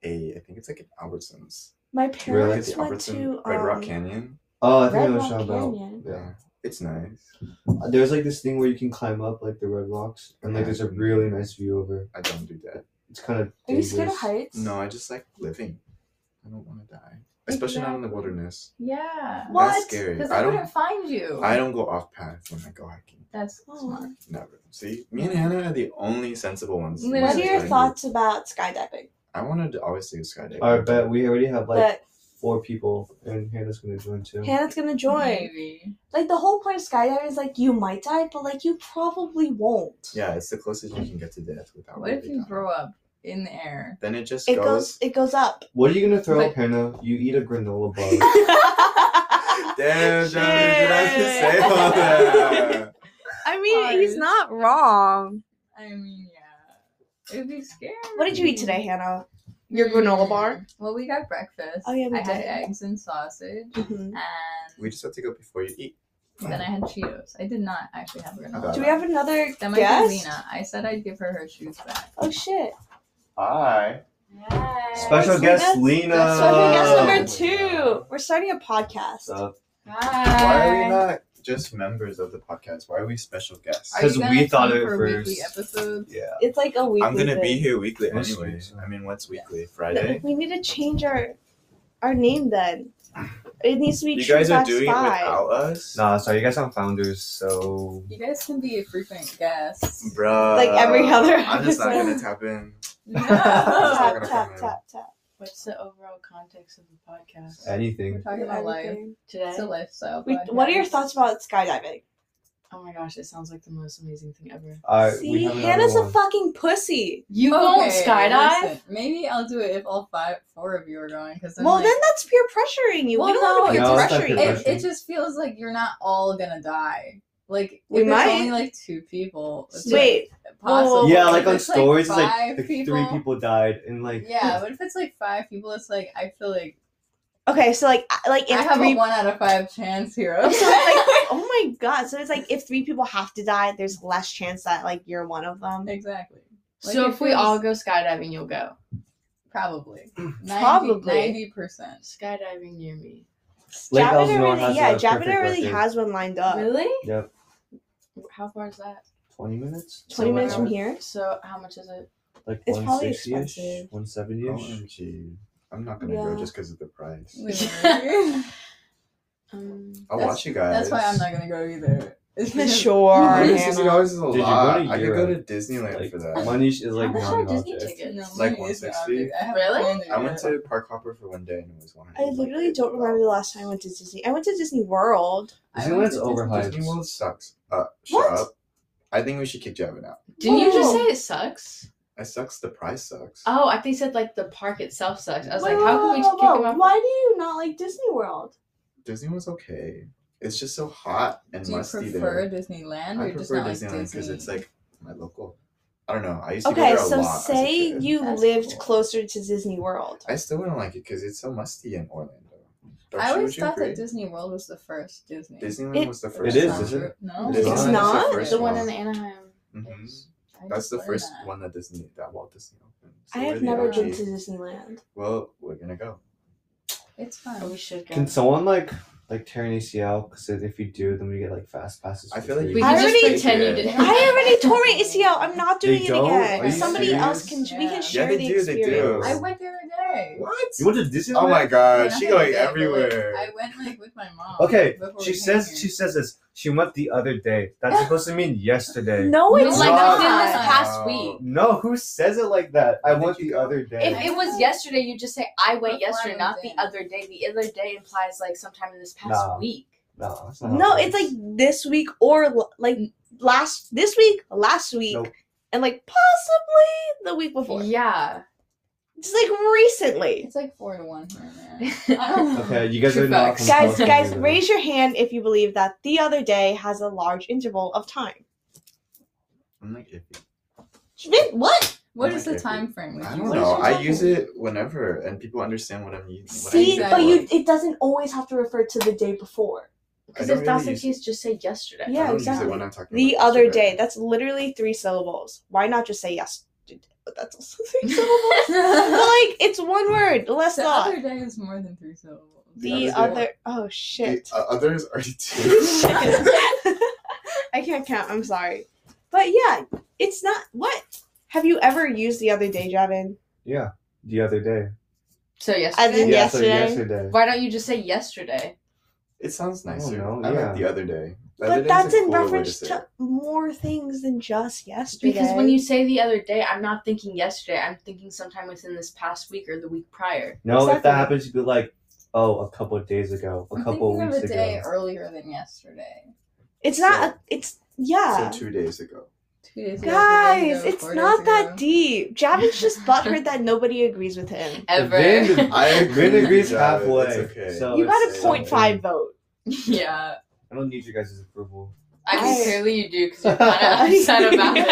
Speaker 4: a. I think it's like an Albertsons.
Speaker 1: My
Speaker 4: Like,
Speaker 3: Really?
Speaker 1: parents
Speaker 4: it's the
Speaker 1: went to
Speaker 4: Albertson Red Rock
Speaker 1: um,
Speaker 4: Canyon.
Speaker 3: Oh, I think
Speaker 1: Red
Speaker 3: I know
Speaker 1: Rock
Speaker 3: what you're talking
Speaker 1: Canyon.
Speaker 3: about. Yeah.
Speaker 4: It's nice.
Speaker 3: There's like this thing where you can climb up like the red rocks, and like
Speaker 4: Yeah.
Speaker 3: there's a really nice view over.
Speaker 4: I don't do that.
Speaker 3: It's kind of.
Speaker 1: Are you scared of heights?
Speaker 4: No, I just like living. I don't want to die, especially not in the
Speaker 2: Exactly.
Speaker 4: wilderness.
Speaker 2: Yeah.
Speaker 1: What?
Speaker 4: That's scary.
Speaker 2: Because
Speaker 4: I
Speaker 2: I
Speaker 4: don't.
Speaker 2: wouldn't find you.
Speaker 4: I don't go off path when I go hiking.
Speaker 2: That's
Speaker 1: Oh.
Speaker 2: smart.
Speaker 4: Never. See, me and Hannah are the only sensible ones.
Speaker 2: What
Speaker 1: What
Speaker 2: There's
Speaker 1: are
Speaker 2: a
Speaker 1: your
Speaker 2: tiny-
Speaker 1: thoughts about skydiving?
Speaker 4: I wanted to always do skydiving.
Speaker 3: I bet we already have like
Speaker 1: But
Speaker 3: four people, and Hannah's gonna join too.
Speaker 4: um,
Speaker 1: Hannah's gonna join.
Speaker 2: Maybe.
Speaker 1: Like the whole point of skydiving is like you might die, but like you probably won't.
Speaker 4: Yeah, it's the closest you can get to death without.
Speaker 2: What if
Speaker 4: really
Speaker 2: you
Speaker 4: dying.
Speaker 2: throw up in the air?
Speaker 4: Then it just
Speaker 1: It
Speaker 4: goes.
Speaker 1: goes it goes
Speaker 4: [LAUGHS]
Speaker 1: up.
Speaker 3: What are you gonna throw
Speaker 2: But-
Speaker 3: up, Hannah? You eat a granola
Speaker 1: [LAUGHS]
Speaker 3: bar.
Speaker 1: I
Speaker 4: Damn, Jonathan, did I just say
Speaker 1: Shit.
Speaker 4: all that?
Speaker 1: mean, he's
Speaker 2: Ours.
Speaker 1: not wrong.
Speaker 2: I mean, yeah. It'd be scary.
Speaker 1: What did you eat today, Hannah? Your granola bar?
Speaker 2: Well, we got breakfast.
Speaker 1: Oh, yeah, we
Speaker 2: I had
Speaker 1: did.
Speaker 2: eggs and sausage,
Speaker 1: Mhm.
Speaker 2: and
Speaker 4: We just have to go before you eat.
Speaker 2: then I had Cheetos. I did not actually have
Speaker 4: Uh,
Speaker 2: granola.
Speaker 1: Do we have another
Speaker 2: That might be
Speaker 1: guest?
Speaker 2: Lena. I said I'd give her her shoes back.
Speaker 1: Oh shit!
Speaker 4: Hi.
Speaker 3: Special
Speaker 1: Alright, so
Speaker 3: guest
Speaker 1: that's-
Speaker 3: Lena.
Speaker 1: Special guest number
Speaker 4: Uh, Oh. Uh,
Speaker 1: two. We're starting a podcast.
Speaker 3: So,
Speaker 4: Why are we
Speaker 2: Hi.
Speaker 4: not just members of the podcast? Why are we special guests?
Speaker 2: Are you
Speaker 3: 'Cause we
Speaker 2: gonna
Speaker 3: thought
Speaker 2: come
Speaker 3: of it
Speaker 2: for weekly
Speaker 3: first.
Speaker 2: episodes?
Speaker 4: Yeah.
Speaker 1: It's like a weekly.
Speaker 4: I'm gonna be
Speaker 1: thing.
Speaker 4: here weekly
Speaker 3: That's
Speaker 4: anyway.
Speaker 3: true.
Speaker 4: I mean, what's weekly?
Speaker 1: No,
Speaker 4: Friday.
Speaker 1: We need to change our our name then. It needs to be.
Speaker 4: You
Speaker 1: True
Speaker 4: guys are
Speaker 1: Facts
Speaker 4: doing it
Speaker 1: Five.
Speaker 4: without us,
Speaker 3: nah, sorry, you guys aren't founders, so
Speaker 2: You guys can be a frequent guest.
Speaker 4: bruh.
Speaker 3: Uh,
Speaker 1: Like every other
Speaker 4: I'm just not gonna
Speaker 1: episode.
Speaker 4: tap in.
Speaker 2: [LAUGHS]
Speaker 1: [LAUGHS]
Speaker 2: No.
Speaker 1: Tap tap tap tap.
Speaker 5: What's the overall context of the podcast
Speaker 2: We're
Speaker 3: anything.
Speaker 2: talking about life.
Speaker 1: Everything.
Speaker 5: today?
Speaker 2: It's a lifestyle.
Speaker 1: We,
Speaker 2: podcast.
Speaker 1: what are your thoughts about skydiving?
Speaker 5: oh my gosh, it sounds like the most amazing thing ever.
Speaker 3: All right, we
Speaker 1: See,
Speaker 3: have another
Speaker 1: Hannah's a
Speaker 3: one.
Speaker 1: fucking pussy.
Speaker 5: You
Speaker 2: Okay,
Speaker 5: won't skydive?
Speaker 2: listen, maybe I'll do it if all five, four of you are going. Because
Speaker 1: well, then that's peer pressuring you. we
Speaker 2: Well,
Speaker 1: don't want to
Speaker 2: no,
Speaker 1: peer
Speaker 3: No, it's not
Speaker 1: pressure
Speaker 3: peer
Speaker 1: you.
Speaker 3: pressure.
Speaker 2: it, it just feels like you're not all gonna die. Like
Speaker 1: We
Speaker 2: if
Speaker 1: might.
Speaker 2: it's only like two people. it's, like,
Speaker 1: Wait,
Speaker 2: possible.
Speaker 3: Yeah,
Speaker 2: If
Speaker 3: like on
Speaker 2: it's,
Speaker 3: stories, it's like
Speaker 2: five
Speaker 3: the three people died, and like
Speaker 2: Yeah, but if it's like five people, it's like I feel like
Speaker 1: okay, so like, I- like
Speaker 2: I
Speaker 1: if
Speaker 2: have
Speaker 1: three,
Speaker 2: a one out of five chance here.
Speaker 1: [LAUGHS]
Speaker 2: [LAUGHS]
Speaker 1: so it's like, [LAUGHS] oh my god, so it's like if three people have to die, there's less chance that like you're one of them.
Speaker 2: exactly. Like,
Speaker 5: so
Speaker 2: it
Speaker 5: if we
Speaker 2: feels-
Speaker 5: all go skydiving, you'll go.
Speaker 1: [CLEARS THROAT]
Speaker 2: Probably.
Speaker 1: Probably.
Speaker 2: Ninety percent.
Speaker 5: Skydiving near me.
Speaker 3: Lake
Speaker 1: Javita
Speaker 3: Elsinore
Speaker 1: really,
Speaker 3: has
Speaker 1: yeah,
Speaker 3: a
Speaker 1: Javita
Speaker 3: perfect
Speaker 1: really
Speaker 3: record.
Speaker 1: has one lined up.
Speaker 5: really?
Speaker 3: [LAUGHS] Yep.
Speaker 5: How far is that?
Speaker 3: twenty minutes.
Speaker 1: Twenty
Speaker 3: somewhere
Speaker 1: minutes from
Speaker 3: around-
Speaker 1: here.
Speaker 5: So how much is it?
Speaker 3: Like
Speaker 1: It's
Speaker 3: one
Speaker 1: probably
Speaker 3: sixty ish,
Speaker 1: expensive.
Speaker 3: one seventy
Speaker 4: Oh,
Speaker 3: ish.
Speaker 4: OMG. Oh, I'm not gonna
Speaker 1: Yeah.
Speaker 4: go just because of the price.
Speaker 1: [LAUGHS]
Speaker 2: That's
Speaker 5: Um,
Speaker 4: I'll
Speaker 2: That's-
Speaker 4: watch you guys.
Speaker 2: why I'm not gonna go either. [LAUGHS] It's because-
Speaker 1: [LAUGHS] Sure,
Speaker 4: Sixty
Speaker 1: Hannah.
Speaker 4: dollars is a
Speaker 3: Did you go
Speaker 4: lot.
Speaker 3: to
Speaker 4: I could go to
Speaker 3: Europe?
Speaker 4: Disneyland
Speaker 3: Like
Speaker 4: for that.
Speaker 3: money is like
Speaker 5: How much
Speaker 3: not
Speaker 5: are
Speaker 3: an
Speaker 5: Disney
Speaker 3: object.
Speaker 5: tickets?
Speaker 2: No,
Speaker 4: Like
Speaker 2: money is
Speaker 4: 160?
Speaker 2: not- I haven't
Speaker 5: Really?
Speaker 2: planned it
Speaker 4: I went
Speaker 2: yet.
Speaker 4: to Park Hopper for one day and it was one.
Speaker 1: I literally don't remember the last time I went to Disney. I went to Disney World.
Speaker 2: I went
Speaker 3: Disneyland's
Speaker 2: to
Speaker 3: overhyped.
Speaker 4: Disney World sucks. Uh, shut
Speaker 1: What?
Speaker 4: up. I think we should kick Javin out.
Speaker 5: Didn't you just say
Speaker 1: Oh.
Speaker 5: it sucks?
Speaker 4: It sucks. The price sucks.
Speaker 1: Uh.
Speaker 5: Oh, I think you said like the park itself sucks. I was like,
Speaker 1: Wait,
Speaker 5: how
Speaker 1: whoa,
Speaker 5: can we
Speaker 1: whoa,
Speaker 5: kick
Speaker 1: whoa,
Speaker 5: him out?
Speaker 1: Why do you not like Disney World?
Speaker 4: Disney was okay. It's just so hot and
Speaker 2: Do you
Speaker 4: musty
Speaker 2: prefer
Speaker 4: there.
Speaker 2: Disneyland or
Speaker 4: I
Speaker 2: just
Speaker 4: prefer
Speaker 2: not like
Speaker 4: Disneyland
Speaker 2: Disney?
Speaker 4: because it's like my local. I don't know. I used to
Speaker 1: Okay,
Speaker 4: go there a
Speaker 1: so
Speaker 4: lot. as a
Speaker 1: say
Speaker 4: kid.
Speaker 1: you
Speaker 2: That's
Speaker 1: lived
Speaker 2: cool.
Speaker 1: closer to Disney World.
Speaker 4: I still wouldn't like it because it's so musty in Orlando. Don't
Speaker 2: I
Speaker 4: you-
Speaker 2: always
Speaker 4: would you
Speaker 2: thought
Speaker 4: agree?
Speaker 2: that Disney World was the first Disney.
Speaker 4: Disneyland
Speaker 1: It-
Speaker 4: was the
Speaker 2: That's
Speaker 4: first.
Speaker 3: It is,
Speaker 2: not
Speaker 4: one.
Speaker 3: isn't it?
Speaker 2: true. No,
Speaker 4: It
Speaker 1: It's
Speaker 4: is.
Speaker 1: It's
Speaker 4: the
Speaker 1: not?
Speaker 4: first
Speaker 5: The one
Speaker 4: one.
Speaker 5: in Anaheim.
Speaker 4: Mhm.
Speaker 2: I
Speaker 4: That's
Speaker 2: just
Speaker 4: the
Speaker 2: learned
Speaker 4: first
Speaker 2: that.
Speaker 4: one that Disney that Walt Disney opened. So
Speaker 1: I
Speaker 4: we're
Speaker 1: have
Speaker 4: the
Speaker 1: never been
Speaker 4: OG.
Speaker 1: to Disneyland.
Speaker 4: Well, we're gonna go.
Speaker 2: It's
Speaker 5: Oh, we
Speaker 2: fun.
Speaker 5: should go.
Speaker 3: Can someone like like tear an ACL? Because if you do, then we get like fast passes.
Speaker 4: I
Speaker 3: for
Speaker 4: feel like
Speaker 3: free.
Speaker 5: we
Speaker 1: I
Speaker 5: can just
Speaker 1: already-
Speaker 5: pretend you didn't.
Speaker 1: I already tore my ACL. I'm not
Speaker 3: They
Speaker 1: doing it
Speaker 3: don't?
Speaker 2: Are
Speaker 1: again.
Speaker 2: you
Speaker 1: Somebody else can.
Speaker 4: serious?
Speaker 1: We
Speaker 2: Yeah.
Speaker 1: can
Speaker 4: Yeah,
Speaker 1: share
Speaker 4: they
Speaker 1: the
Speaker 4: do, they do.
Speaker 1: experience.
Speaker 2: I went the other day.
Speaker 4: What?
Speaker 3: You went to Disneyland?
Speaker 4: Oh my
Speaker 2: I mean,
Speaker 4: god,
Speaker 2: I
Speaker 4: she
Speaker 2: haven't
Speaker 4: going
Speaker 2: did it, but, like,
Speaker 4: everywhere.
Speaker 2: I went like with my mom.
Speaker 3: Okay,
Speaker 2: before
Speaker 3: she
Speaker 2: we
Speaker 3: says
Speaker 2: came
Speaker 3: she
Speaker 2: here.
Speaker 3: says this. She went the other day. That's supposed to mean yesterday.
Speaker 1: No,
Speaker 5: No,
Speaker 1: it's
Speaker 5: like
Speaker 1: not.
Speaker 5: within this
Speaker 4: not.
Speaker 5: past week.
Speaker 3: No, who says it like that? I
Speaker 4: When did
Speaker 3: went
Speaker 4: you
Speaker 3: the
Speaker 4: go?
Speaker 3: other
Speaker 5: If
Speaker 3: day.
Speaker 5: it was yesterday, you just say I went
Speaker 2: Before I
Speaker 5: yesterday,
Speaker 2: was
Speaker 5: not the
Speaker 2: in.
Speaker 5: other day. The other day implies like sometime in this past
Speaker 3: Nah.
Speaker 5: week.
Speaker 3: no, that's not how
Speaker 1: No,
Speaker 3: it
Speaker 1: it's
Speaker 3: works.
Speaker 1: like this week or l- like last this week, last week,
Speaker 3: Nope.
Speaker 1: and like possibly the week before.
Speaker 5: Yeah.
Speaker 1: Just like recently.
Speaker 2: it's like four to one here, man. [LAUGHS]
Speaker 3: Okay, you guys
Speaker 2: True
Speaker 3: are not
Speaker 2: facts.
Speaker 1: Guys,
Speaker 3: compelled to
Speaker 1: guys,
Speaker 3: do that.
Speaker 1: raise your hand if you believe that the other day has a large interval of time.
Speaker 4: I'm like iffy.
Speaker 1: Schmidt, What?
Speaker 2: What
Speaker 4: Oh
Speaker 2: is
Speaker 4: my
Speaker 2: the
Speaker 4: God.
Speaker 2: time frame? with
Speaker 4: I
Speaker 2: you?
Speaker 4: don't
Speaker 2: What is
Speaker 4: know.
Speaker 2: your
Speaker 4: I
Speaker 2: time
Speaker 4: use
Speaker 2: frame?
Speaker 4: it whenever, and people understand what I'm using. what I
Speaker 1: See,
Speaker 4: use it
Speaker 1: but
Speaker 4: for.
Speaker 1: you it doesn't always have to refer to the day before.
Speaker 5: Because
Speaker 4: don't
Speaker 5: if that's
Speaker 4: really use-
Speaker 5: the case, just say yesterday.
Speaker 1: Yeah,
Speaker 4: I don't
Speaker 1: exactly.
Speaker 4: Use it when I'm talking
Speaker 1: The
Speaker 4: about
Speaker 1: other
Speaker 4: yesterday.
Speaker 1: day. That's literally three syllables. Why not just say yes? But [LAUGHS] that's also
Speaker 2: [LAUGHS]
Speaker 1: three syllables. but
Speaker 2: the
Speaker 1: like it's one word. Let's not.
Speaker 2: other day is more than three syllables.
Speaker 1: the
Speaker 4: other
Speaker 1: other,
Speaker 4: day.
Speaker 1: oh shit.
Speaker 4: The, uh, others are [LAUGHS] two.
Speaker 1: [LAUGHS] I can't count. I'm sorry. But yeah, it's not. What? Have you ever used the other day, Javin?
Speaker 3: Yeah, the other day.
Speaker 5: So
Speaker 1: As in
Speaker 5: yesterday.
Speaker 3: Yeah, so
Speaker 1: yesterday?
Speaker 3: yesterday.
Speaker 5: Why don't you just say yesterday?
Speaker 4: It sounds nicer.
Speaker 3: know,
Speaker 4: I
Speaker 3: yeah.
Speaker 4: like the other day. The other
Speaker 1: But
Speaker 4: day's
Speaker 1: that's
Speaker 4: a
Speaker 1: in
Speaker 4: cooler way
Speaker 1: reference
Speaker 4: say
Speaker 1: to
Speaker 4: it.
Speaker 1: more things than just yesterday.
Speaker 5: Because when you say the other day, I'm not thinking yesterday. I'm thinking sometime within this past week or the week prior.
Speaker 3: No, if
Speaker 1: Exactly.
Speaker 3: that happens, you'd be like, oh, a couple of days ago, a
Speaker 2: I'm
Speaker 3: couple
Speaker 2: thinking
Speaker 3: of weeks
Speaker 2: of a day
Speaker 3: ago.
Speaker 2: earlier than yesterday.
Speaker 1: it's not. a- it's yeah.
Speaker 4: So two days ago.
Speaker 2: Two days ago, three days
Speaker 1: Guys,
Speaker 2: ago,
Speaker 1: it's
Speaker 2: four
Speaker 1: not
Speaker 2: days
Speaker 1: that
Speaker 2: ago.
Speaker 1: deep. [LAUGHS] Javin's just butthurt that nobody agrees with
Speaker 5: [LAUGHS]
Speaker 1: him.
Speaker 5: Ever.
Speaker 3: Then-
Speaker 4: I agree.
Speaker 3: Vin agrees
Speaker 4: Javed,
Speaker 3: halfway.
Speaker 4: It's okay.
Speaker 3: So
Speaker 1: you
Speaker 3: it's
Speaker 1: got a
Speaker 3: something.
Speaker 1: point five vote.
Speaker 5: yeah.
Speaker 3: I don't need you guys' approval.
Speaker 5: I mean,
Speaker 1: I-
Speaker 5: clearly you do because you're kind [LAUGHS] of upset about [LAUGHS] it.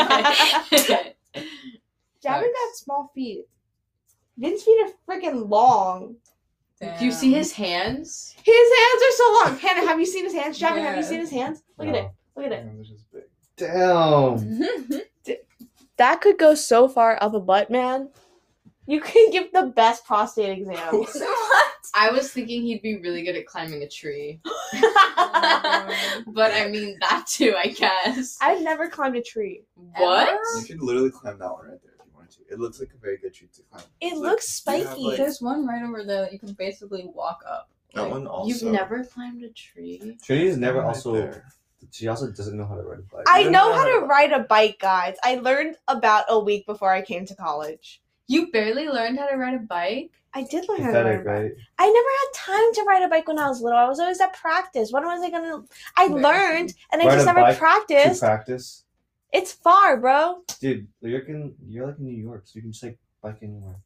Speaker 1: Javin got small feet. Vin's feet are freaking long.
Speaker 5: Do you see his hands?
Speaker 1: His hands are so [LAUGHS] long. Hannah, have you seen his hands? Javin, have you
Speaker 2: Yeah.
Speaker 1: seen his hands? Look at it. Look at it.
Speaker 4: Damn, this is big.
Speaker 3: Damn.
Speaker 2: Damn.
Speaker 1: That could go so far up a butt, man. You can give the best prostate [LAUGHS] exam.
Speaker 5: I was thinking he'd be really good at climbing a tree.
Speaker 2: [LAUGHS] Um,
Speaker 5: but I mean that too, I guess.
Speaker 1: I've never climbed a tree.
Speaker 5: what?
Speaker 4: You could literally climb that one right there if you wanted to. It looks like a very good tree to climb.
Speaker 1: It
Speaker 4: It's like-
Speaker 1: looks
Speaker 4: you have,
Speaker 1: spiky.
Speaker 4: like-
Speaker 2: There's one right over there that you can basically walk up.
Speaker 4: That one also.
Speaker 5: You've never climbed a tree?
Speaker 3: Trinity has never
Speaker 4: Right
Speaker 3: also.
Speaker 4: there.
Speaker 3: She also doesn't know how to ride a bike.
Speaker 1: I
Speaker 4: don't
Speaker 1: know
Speaker 4: know
Speaker 1: how
Speaker 4: how
Speaker 1: to
Speaker 4: to-
Speaker 1: ride a bike, guys. I learned about a week before I came to college.
Speaker 5: You barely learned how to ride a bike?
Speaker 1: I did learn how to ride a
Speaker 3: Pathetic,
Speaker 1: bike.
Speaker 3: right?
Speaker 1: I never had time to ride a bike when I was little. I was always at practice. When was I gonna? I
Speaker 2: Embarrassing.
Speaker 1: learned and I
Speaker 3: Ride
Speaker 1: just
Speaker 3: a
Speaker 1: never
Speaker 3: bike to To
Speaker 1: practiced.
Speaker 3: practice,
Speaker 1: It's far, bro.
Speaker 3: dude. You're in, you're like in New York, so you can just like bike anywhere.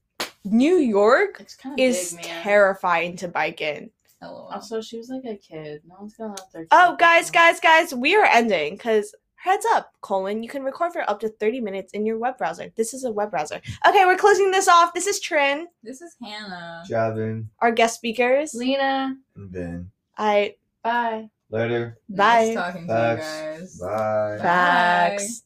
Speaker 1: New York
Speaker 5: It's kind of
Speaker 1: is
Speaker 5: big, man.
Speaker 1: terrifying to bike in.
Speaker 2: LOL.
Speaker 5: Also, she was like a kid. No one's gonna let their kid
Speaker 1: Oh, guys,
Speaker 5: go.
Speaker 1: guys, guys, we are ending because heads up, Colin, you can record for up to 30 minutes in your web browser. This is a web browser. Okay, we're closing this off. This is Trin,
Speaker 2: This is Hannah.
Speaker 3: Javin,
Speaker 1: our guest speakers.
Speaker 5: Lena,
Speaker 4: And then,
Speaker 1: I
Speaker 5: bye.
Speaker 3: later.
Speaker 1: Bye.
Speaker 2: Nice talking to
Speaker 3: Facts.
Speaker 2: you guys.
Speaker 4: bye.
Speaker 2: Bye.
Speaker 1: facts.